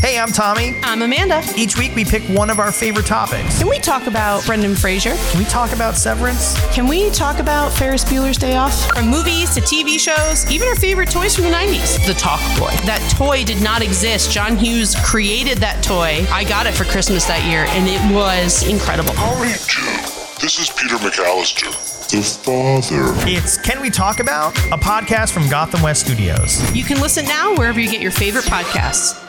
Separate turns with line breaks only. Hey, I'm Tommy.
I'm Amanda.
Each week we pick one of our favorite topics.
Can we talk about Brendan Fraser?
Can we talk about severance?
Can we talk about Ferris Bueller's Day Off? From movies to TV shows, even our favorite toys from the 90s. The Talk Boy. That toy did not exist. John Hughes created that toy. I got it for Christmas that year, and it was incredible.
Howdy, Jim. This is Peter McAllister, the father.
It's Can We Talk About? A podcast from Gotham West Studios.
You can listen now wherever you get your favorite podcasts.